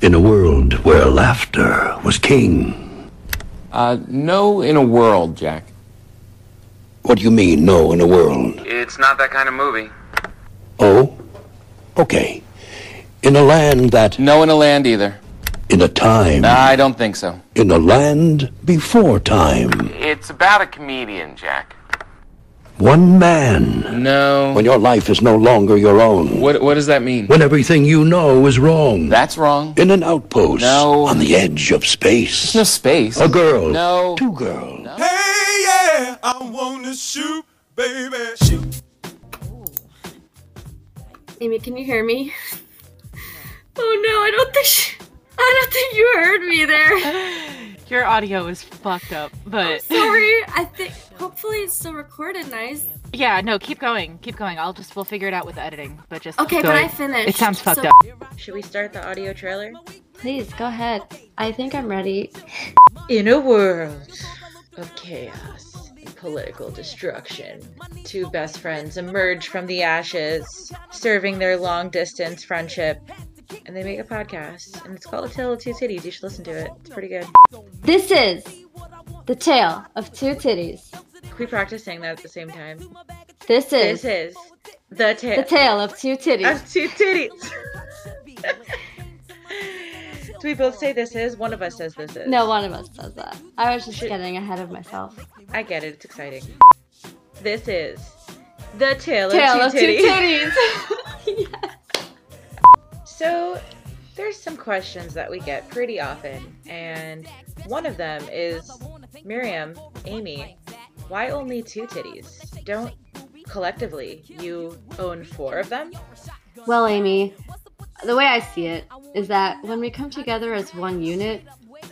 in a world where laughter was king. Uh, no, in a world, Jack. What do you mean, no, in a world? It's not that kind of movie. Oh? Okay. In a land that, No, in a land either. in a time, Nah, I don't think so. in a land before time, It's about a comedian, Jack. one man, No. when your life is no longer your own, What, what does that mean? when everything you know is wrong, That's wrong. in an outpost, No. on the edge of space, No space. a girl, No. two girls, Hey, yeah, I wanna shoot, baby. Shoot. Amy, can you hear me? Oh no, I don't think she, I don't think you heard me there. Your audio is fucked up, but Oh, Sorry. I think hopefully it's still recorded nice. yeah, no, keep going, keep going. I'll just we'll figure it out with editing, but just keep Okay, but going. I finished. It sounds fucked so- up. Should we start the audio trailer? Please go ahead. I think I'm ready. In a world of chaos and political destruction, two best friends emerge from the ashes, serving their long distance friendship. And they make a podcast, and it's called A Tale of Two Cities. You should listen to it. It's pretty good. This is the tale of two titties. Can we practice saying that at the same time? This is This is the tale the tale of two titties. of two titties. Do we both say this is? One of us says this is. No one of us does that. I was just getting ahead of myself. I get it. It's exciting. This is the tale, Tale of of two two titties. titties. So there's some questions that we get pretty often, and one of them is Miriam, Amy, why only two titties? Don't collectively you own four of them? Well, Amy, the way I see it is that when we come together as one unit,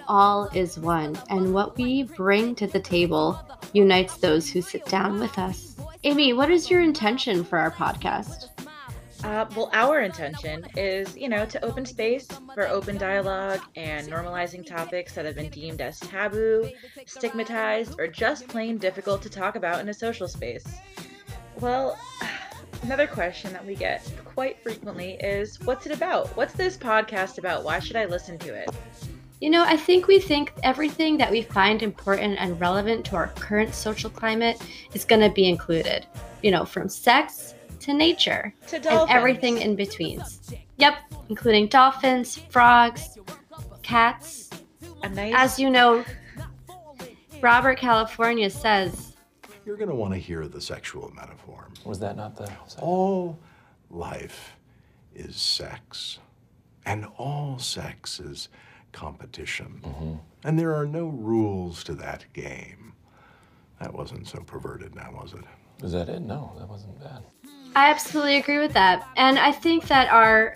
all is one, and what we bring to the table unites those who sit down with us. Amy, what is your intention for our podcast? Uh, well, our intention is, you know, to open space for open dialogue and normalizing topics that have been deemed as taboo, stigmatized, or just plain difficult to talk about in a social space. Well, another question that we get quite frequently is what's it about? What's this podcast about? Why should I listen to it? You know, I think we think everything that we find important and relevant to our current social climate is going to be included. You know, from sex to nature To and dolphins. everything in between. Yep, including dolphins, frogs, cats. a nice As you know, Robert California says, You're going to want to hear the sexual metaphor. Was that not the. All life is sex, and all sex is competition. Mm-hmm. And there are no rules to that game. That wasn't so perverted now, was it? Was that it? No, that wasn't bad. I absolutely agree with that. And I think that our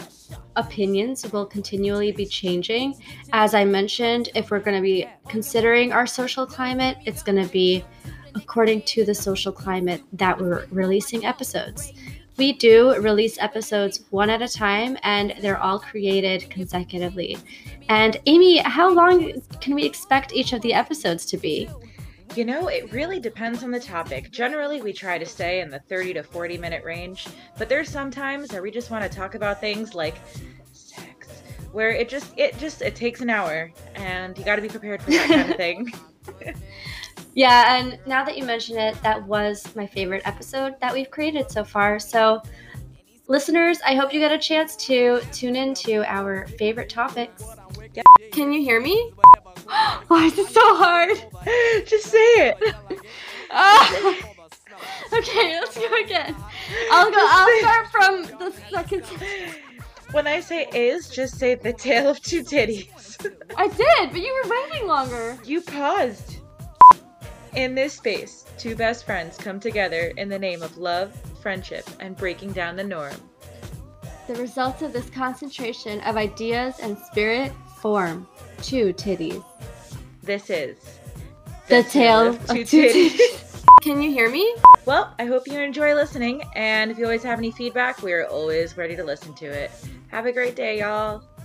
opinions will continually be changing. As I mentioned, if we're going to be considering our social climate, it's going to be according to the social climate that we're releasing episodes. We do release episodes one at a time and they're all created consecutively. And Amy, how long can we expect each of the episodes to be? You know, it really depends on the topic. Generally, we try to stay in the 30 to 40 minute range, but there's some times that we just want to talk about things like sex, where it just it just it takes an hour, and you got to be prepared for that kind of thing. Yeah, and now that you mention it, that was my favorite episode that we've created so far. So, listeners, I hope you get a chance to tune into our favorite topics. Can you hear me? Why is it so hard? just say it. Ah! okay, let's go again. I'll go. I'll start from the second. When I say is, just say the tale of two titties. I did, but you were waiting longer. You paused. In this space, two best friends come together in the name of love, friendship, and breaking down the norm. The results of this concentration of ideas and spirit form two titties. This is The tale of two titties. Can you hear me? Well, I hope you enjoy listening, and if you always have any feedback, we are always ready to listen to it. Have a great day, y'all.